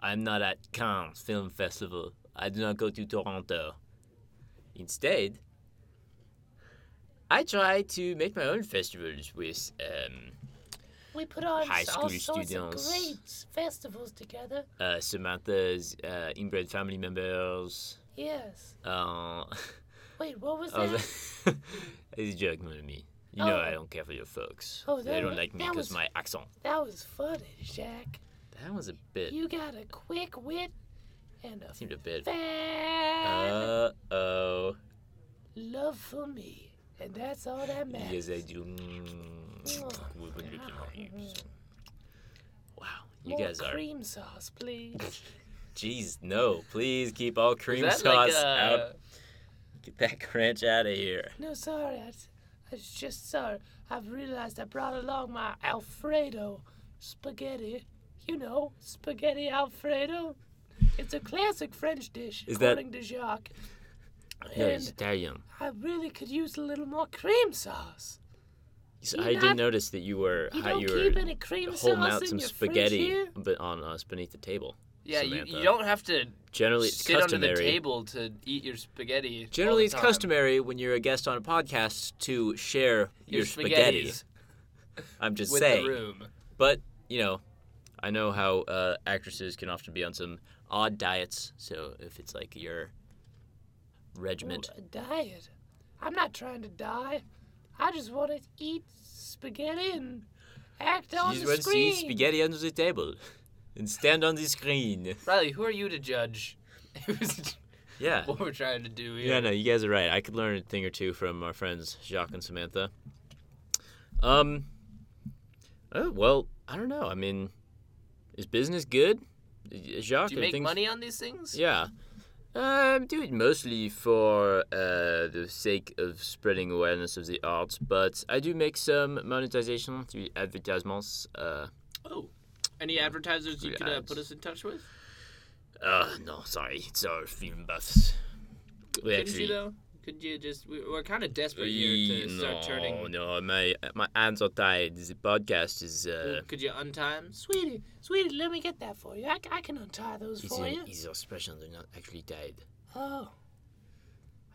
[SPEAKER 1] I'm not at Cannes Film Festival. I do not go to Toronto. Instead, I try to make my own festivals with. Um,
[SPEAKER 4] We put on
[SPEAKER 1] High school
[SPEAKER 4] all sorts
[SPEAKER 1] students.
[SPEAKER 4] of great festivals together.
[SPEAKER 1] uh, Samantha's uh, inbred family members.
[SPEAKER 4] Yes.
[SPEAKER 1] Uh, <laughs>
[SPEAKER 4] Wait, what was
[SPEAKER 1] I
[SPEAKER 4] that?
[SPEAKER 1] was- <laughs> it's a joke, man, to me. You know
[SPEAKER 4] Oh.
[SPEAKER 1] I don't care for your folks.
[SPEAKER 4] Oh,
[SPEAKER 1] they
[SPEAKER 4] that-
[SPEAKER 1] don't like me
[SPEAKER 4] that
[SPEAKER 1] because
[SPEAKER 4] was-
[SPEAKER 1] my accent.
[SPEAKER 4] That was funny, Jack.
[SPEAKER 1] That was a bit.
[SPEAKER 4] You got a quick wit and a
[SPEAKER 1] seemed a bit.
[SPEAKER 4] fat
[SPEAKER 1] Uh oh.
[SPEAKER 4] love for me, and that's all that
[SPEAKER 1] Yes,
[SPEAKER 4] matters.
[SPEAKER 1] I do. Wow, you
[SPEAKER 4] More
[SPEAKER 1] guys are.
[SPEAKER 4] cream sauce, please.
[SPEAKER 1] <laughs> Jeez, no! Please keep all
[SPEAKER 2] Is
[SPEAKER 1] cream
[SPEAKER 2] that
[SPEAKER 1] sauce
[SPEAKER 2] like uh,
[SPEAKER 1] out.
[SPEAKER 2] a,
[SPEAKER 1] Get that crunch out of here.
[SPEAKER 4] no, sorry, I, I was just sorry. I've realized I brought along my Alfredo spaghetti. You know, spaghetti Alfredo. It's a classic French dish,
[SPEAKER 1] Is that-
[SPEAKER 4] according to Jacques.
[SPEAKER 2] Oh,
[SPEAKER 1] No, it's
[SPEAKER 4] And-
[SPEAKER 1] Italian.
[SPEAKER 4] I really could use a little more cream sauce.
[SPEAKER 1] So
[SPEAKER 4] you
[SPEAKER 1] I
[SPEAKER 4] not-
[SPEAKER 1] did notice that you were
[SPEAKER 4] You
[SPEAKER 1] hi-
[SPEAKER 4] don't
[SPEAKER 1] you
[SPEAKER 4] keep
[SPEAKER 1] were
[SPEAKER 4] any cream
[SPEAKER 1] holding
[SPEAKER 4] sauce
[SPEAKER 1] out
[SPEAKER 4] in
[SPEAKER 1] some
[SPEAKER 4] your
[SPEAKER 1] spaghetti,
[SPEAKER 4] fridge here?
[SPEAKER 1] but on us beneath the table.
[SPEAKER 2] yeah, you, you
[SPEAKER 1] Samantha.
[SPEAKER 2] don't have to
[SPEAKER 1] Generally, it's
[SPEAKER 2] sit under
[SPEAKER 1] customary.
[SPEAKER 2] the table to eat your spaghetti. all
[SPEAKER 1] Generally,
[SPEAKER 2] the
[SPEAKER 1] it's
[SPEAKER 2] time.
[SPEAKER 1] customary when you're a guest on a podcast to share your, spaghetti.
[SPEAKER 2] spaghettis
[SPEAKER 1] I'm just
[SPEAKER 2] with
[SPEAKER 1] saying.
[SPEAKER 2] the room.
[SPEAKER 1] But you know, I know how uh, actresses can often be on some odd diets. So if it's like your regiment,
[SPEAKER 4] Ooh, a diet. I'm not trying to die. I just want to eat spaghetti and act on
[SPEAKER 1] you
[SPEAKER 4] the
[SPEAKER 1] just want to
[SPEAKER 4] screen.
[SPEAKER 1] eat spaghetti under the table <laughs> and stand on the screen.
[SPEAKER 2] Riley, who are you to judge? <laughs> Who's-
[SPEAKER 1] Yeah.
[SPEAKER 2] what we're trying to do here.
[SPEAKER 1] Yeah, no, you guys are right. I could learn a thing or two from our friends Jacques and Samantha. Um. Oh well, I don't know. I mean, is business good? Jacques,
[SPEAKER 2] Do you
[SPEAKER 1] are
[SPEAKER 2] make
[SPEAKER 1] things-
[SPEAKER 2] money on these things?
[SPEAKER 1] Yeah. Um, do it mostly for uh, the sake of spreading awareness of the arts, but I do make some monetization through advertisements. Uh,
[SPEAKER 6] Oh, any advertisers you
[SPEAKER 1] Good
[SPEAKER 6] could uh,
[SPEAKER 1] ads.
[SPEAKER 6] put us in touch with?
[SPEAKER 1] uh, no, sorry, it's our film buffs. We
[SPEAKER 6] Couldn't you though? Could you just? We, we're kind of desperate here
[SPEAKER 1] We-
[SPEAKER 6] to
[SPEAKER 1] no,
[SPEAKER 6] start turning.
[SPEAKER 1] no, my my hands are tied. The podcast is uh,
[SPEAKER 6] Could you untime?
[SPEAKER 4] Sweetie, sweetie, let me get that for you. I, c- I can untie those
[SPEAKER 1] is
[SPEAKER 4] for you.
[SPEAKER 1] in, is our special. They're not actually tied.
[SPEAKER 4] Oh.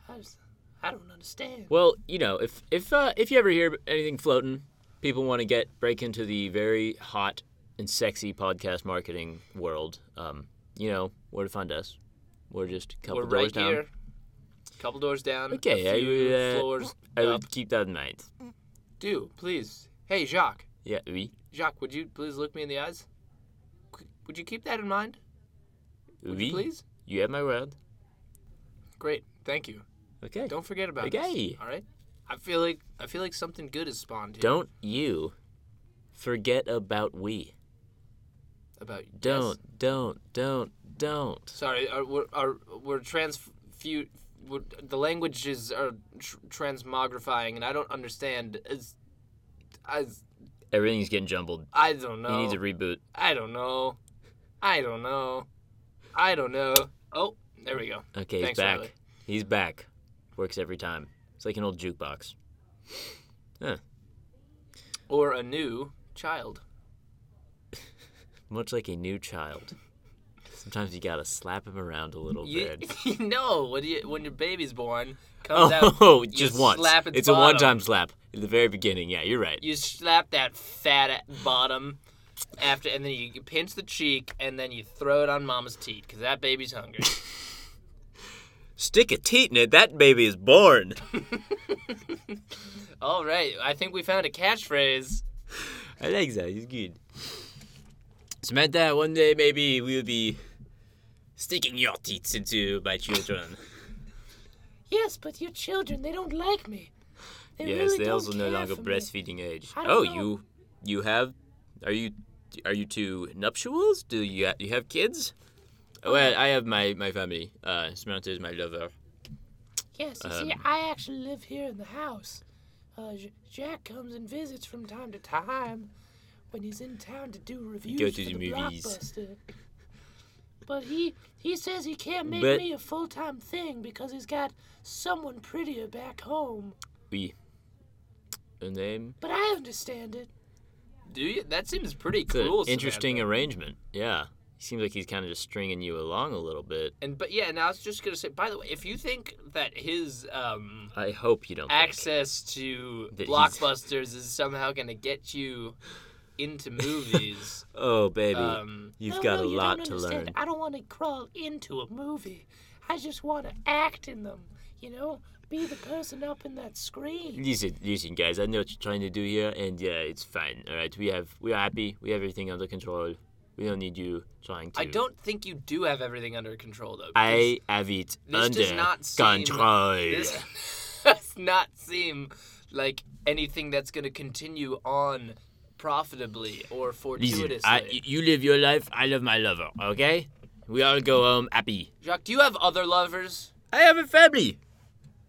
[SPEAKER 4] I, was, I don't understand.
[SPEAKER 1] Well, you know, if if uh, if you ever hear anything floating, people want to get break into the very hot and sexy podcast marketing world. Um, you know where to find us. We're just a couple
[SPEAKER 2] We're
[SPEAKER 1] doors
[SPEAKER 2] right
[SPEAKER 1] down.
[SPEAKER 2] here. Couple doors down.
[SPEAKER 1] Okay,
[SPEAKER 2] a
[SPEAKER 1] I
[SPEAKER 2] few
[SPEAKER 1] will, uh,
[SPEAKER 2] floors
[SPEAKER 1] I
[SPEAKER 2] up.
[SPEAKER 1] would keep that in mind.
[SPEAKER 2] Do please. Hey, Jacques.
[SPEAKER 1] Yeah, oui.
[SPEAKER 2] Jacques, would you please look me in the eyes? C- Would you keep that in mind? Would
[SPEAKER 1] oui.
[SPEAKER 2] you please?
[SPEAKER 1] You have my word.
[SPEAKER 2] Great. Thank you.
[SPEAKER 1] Okay.
[SPEAKER 2] Don't forget about
[SPEAKER 1] Okay.
[SPEAKER 2] this. All right. I feel like I feel like something good has spawned here.
[SPEAKER 1] Don't you forget about we.
[SPEAKER 2] about yes.
[SPEAKER 1] Don't, don't, don't, don't.
[SPEAKER 2] Sorry, are, we're, are, we're transfu- we're, the languages are tr- transmogrifying, and I don't understand. It's, I,
[SPEAKER 1] Everything's getting jumbled.
[SPEAKER 2] I don't know.
[SPEAKER 1] You need to reboot.
[SPEAKER 2] I don't know. I don't know. I don't know. Oh, there we go.
[SPEAKER 1] Okay, he's
[SPEAKER 2] Thanks,
[SPEAKER 1] back.
[SPEAKER 2] Riley.
[SPEAKER 1] He's back. Works every time. It's like an old jukebox.
[SPEAKER 2] Or a new child.
[SPEAKER 1] Much like a new child. Sometimes you gotta slap him around a little
[SPEAKER 2] You,
[SPEAKER 1] <laughs> bit.
[SPEAKER 2] <laughs> you know when you when your baby's born comes out,
[SPEAKER 1] Oh, <laughs>
[SPEAKER 2] you
[SPEAKER 1] just once.
[SPEAKER 2] slap its
[SPEAKER 1] it's a one
[SPEAKER 2] bottom.
[SPEAKER 1] time slap. At the very beginning, yeah, you're right.
[SPEAKER 2] you slap that fat a- bottom after, and then you you pinch the cheek, and then you throw it on mama's teat because that baby's hungry.
[SPEAKER 1] Stick a teat in it, that baby is born.
[SPEAKER 2] All right, I think we found a catchphrase.
[SPEAKER 1] <laughs> I like that, it's good. Samantha, one day maybe we'll be sticking your teats into my children.
[SPEAKER 4] Yes, but your children, they don't like me. They
[SPEAKER 1] yes,
[SPEAKER 4] really
[SPEAKER 1] they're
[SPEAKER 4] don't
[SPEAKER 1] also no
[SPEAKER 4] care
[SPEAKER 1] longer
[SPEAKER 4] for me.
[SPEAKER 1] breastfeeding age.
[SPEAKER 4] I don't
[SPEAKER 1] Oh,
[SPEAKER 4] know.
[SPEAKER 1] you, you have, are you, are you two nuptials? Do you ha- you Oh,
[SPEAKER 4] Oh.
[SPEAKER 1] have kids? Well, I have my my family. Uh, Samantha is my lover.
[SPEAKER 4] Yes, you see, I actually live here in the house. Uh, J- Jack comes and visits from time to time when he's in town to do reviews
[SPEAKER 1] to
[SPEAKER 4] for
[SPEAKER 1] the
[SPEAKER 4] the
[SPEAKER 1] movies.
[SPEAKER 4] blockbuster. But he he says he can't make
[SPEAKER 1] But-
[SPEAKER 4] me a full time thing because he's got someone prettier back home.
[SPEAKER 7] Oui. Her name?
[SPEAKER 4] But I understand it.
[SPEAKER 2] Do you? That seems pretty
[SPEAKER 1] It's an
[SPEAKER 2] cool.
[SPEAKER 1] interesting
[SPEAKER 2] Samantha.
[SPEAKER 1] arrangement. Yeah. Seems like he's kind of just stringing you along a little bit.
[SPEAKER 2] And but yeah, and I was just gonna say. By the way, if you think that his um,
[SPEAKER 1] I hope you don't. think-
[SPEAKER 2] access to
[SPEAKER 1] That he's-
[SPEAKER 2] blockbusters is somehow gonna get you
[SPEAKER 1] <laughs>
[SPEAKER 2] into movies,
[SPEAKER 1] Oh, baby.
[SPEAKER 2] um,
[SPEAKER 1] You've
[SPEAKER 4] No,
[SPEAKER 1] got
[SPEAKER 4] no,
[SPEAKER 1] a
[SPEAKER 4] you
[SPEAKER 1] lot
[SPEAKER 4] don't
[SPEAKER 1] to
[SPEAKER 4] understand.
[SPEAKER 1] learn.
[SPEAKER 4] I don't want to crawl into a movie. I just want to act in them. You know, be the person up in that screen.
[SPEAKER 7] Listen, listen, guys. I know what you're trying to do here, and yeah, it's fine. All right, we have, we're happy. We have everything under control. We don't need you trying to.
[SPEAKER 2] I don't think you do have everything under control though. because
[SPEAKER 7] I have it
[SPEAKER 2] This
[SPEAKER 7] under
[SPEAKER 2] does not seem-
[SPEAKER 7] control.
[SPEAKER 1] <laughs>
[SPEAKER 2] this <laughs> does not seem like anything that's gonna continue on profitably or fortuitously.
[SPEAKER 7] Listen, I, you live your life. I live my lover. Okay, we all go home happy.
[SPEAKER 2] Jacques, do you have other lovers?
[SPEAKER 7] I have a family.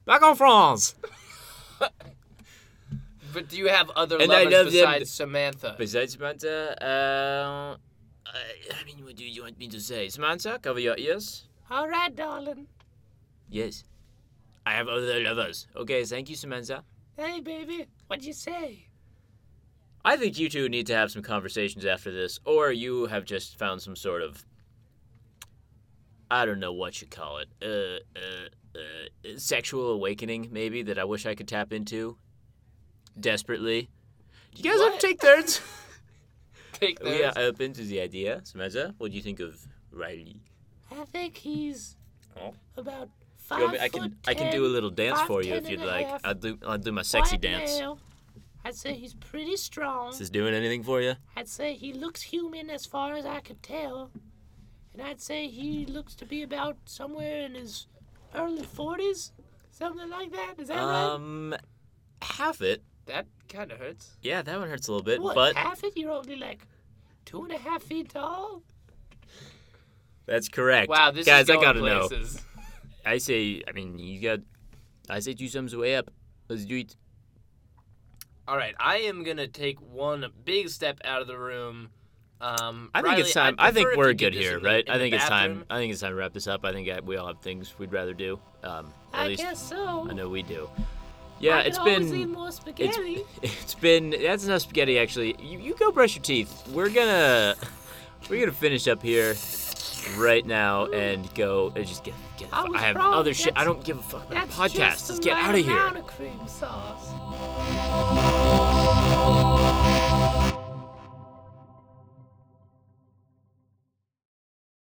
[SPEAKER 7] Back in France.
[SPEAKER 2] But do you have other
[SPEAKER 1] And I love
[SPEAKER 2] lovers
[SPEAKER 1] them.
[SPEAKER 2] besides Samantha?
[SPEAKER 7] Besides Samantha, uh, I mean, what do you want me to say? Samantha, cover your ears.
[SPEAKER 4] All right, darling.
[SPEAKER 7] Yes. I have other lovers. Okay, thank you, Samantha.
[SPEAKER 4] Hey, baby, what'd you say?
[SPEAKER 1] I think you two need to have some conversations after this, or you have just found some sort of. I don't know what you call it. Uh, uh, uh, sexual awakening, maybe, that I wish I could tap into. Desperately. Do you guys ever
[SPEAKER 2] What?
[SPEAKER 1] take turns?
[SPEAKER 2] Take
[SPEAKER 1] we
[SPEAKER 2] theirs.
[SPEAKER 1] are open to the idea. Samantha, what do you think of Riley?
[SPEAKER 4] I think he's
[SPEAKER 1] Oh.
[SPEAKER 4] about
[SPEAKER 1] You
[SPEAKER 4] five
[SPEAKER 1] want me- I can
[SPEAKER 4] foot
[SPEAKER 1] I can do a
[SPEAKER 4] ten,
[SPEAKER 1] little dance
[SPEAKER 4] five,
[SPEAKER 1] for you
[SPEAKER 4] ten
[SPEAKER 1] if you'd
[SPEAKER 4] and a
[SPEAKER 1] like.
[SPEAKER 4] half,
[SPEAKER 1] I'll do I'll do my sexy
[SPEAKER 4] white
[SPEAKER 1] dance.
[SPEAKER 4] male. I'd say he's pretty strong.
[SPEAKER 1] Is this doing anything for you?
[SPEAKER 4] I'd say he looks human as far as I could tell. And I'd say he looks to be about somewhere in his early 40s, something like that. Is that right?
[SPEAKER 1] Um, half it.
[SPEAKER 2] That kind of hurts.
[SPEAKER 1] Yeah, that one hurts a little bit,
[SPEAKER 4] What,
[SPEAKER 1] but
[SPEAKER 4] half it? You're only like two and a half feet tall?
[SPEAKER 1] that's correct.
[SPEAKER 2] Wow, this
[SPEAKER 1] guys,
[SPEAKER 2] is going
[SPEAKER 1] I gotta know.
[SPEAKER 2] places.
[SPEAKER 7] <laughs> I say, I mean, you got. I say two thumbs way up. Let's do it.
[SPEAKER 2] All right, I am gonna take one big step out of the room. Um,
[SPEAKER 7] I think
[SPEAKER 2] Riley,
[SPEAKER 7] it's time.
[SPEAKER 2] I'd
[SPEAKER 7] I think
[SPEAKER 2] prefer if
[SPEAKER 7] we're
[SPEAKER 2] you did
[SPEAKER 7] good
[SPEAKER 2] this
[SPEAKER 7] here,
[SPEAKER 2] in the-
[SPEAKER 7] right?
[SPEAKER 2] in
[SPEAKER 7] I
[SPEAKER 2] the
[SPEAKER 7] think it's time.
[SPEAKER 2] bathroom.
[SPEAKER 7] I think it's time to wrap this up. I think I, we all have things we'd rather do. Um, at
[SPEAKER 4] I
[SPEAKER 7] least
[SPEAKER 4] guess so.
[SPEAKER 7] I know we do.
[SPEAKER 4] I
[SPEAKER 7] Yeah,
[SPEAKER 4] could
[SPEAKER 7] it's
[SPEAKER 4] always
[SPEAKER 7] been. <laughs>
[SPEAKER 4] eat more spaghetti.
[SPEAKER 7] It's been that's enough spaghetti actually. You, you go brush your teeth. We're gonna we're gonna finish up here right now and go and just get get the
[SPEAKER 4] I
[SPEAKER 7] fu-
[SPEAKER 4] was
[SPEAKER 7] I have
[SPEAKER 4] wrong.
[SPEAKER 7] other shit. I
[SPEAKER 4] That's-
[SPEAKER 7] don't give a fuck about
[SPEAKER 4] That's
[SPEAKER 7] the
[SPEAKER 4] just
[SPEAKER 7] podcast.
[SPEAKER 4] the
[SPEAKER 7] Let's get
[SPEAKER 4] right
[SPEAKER 7] out of here.
[SPEAKER 4] amount of cream sauce.